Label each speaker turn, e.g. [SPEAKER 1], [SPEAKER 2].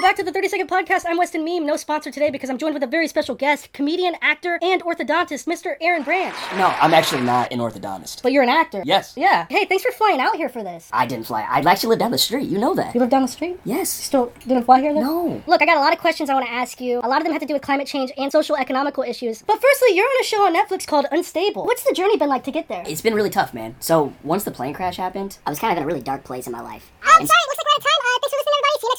[SPEAKER 1] back to the 30 Second Podcast. I'm Weston Meme. No sponsor today because I'm joined with a very special guest, comedian, actor, and orthodontist, Mr. Aaron Branch.
[SPEAKER 2] No, I'm actually not an orthodontist.
[SPEAKER 1] But you're an actor.
[SPEAKER 2] Yes.
[SPEAKER 1] Yeah. Hey, thanks for flying out here for this.
[SPEAKER 2] I didn't fly. I actually live down the street. You know that.
[SPEAKER 1] You live down the street?
[SPEAKER 2] Yes.
[SPEAKER 1] Still didn't fly here then?
[SPEAKER 2] No.
[SPEAKER 1] Look, I got a lot of questions I want to ask you. A lot of them have to do with climate change and social economical issues. But firstly, you're on a show on Netflix called Unstable. What's the journey been like to get there?
[SPEAKER 2] It's been really tough, man. So once the plane crash happened, I was kind of in a really dark place in my life.
[SPEAKER 3] I'm sorry, it looks like we're out of time. Uh, thanks for listening, everybody. See you next week.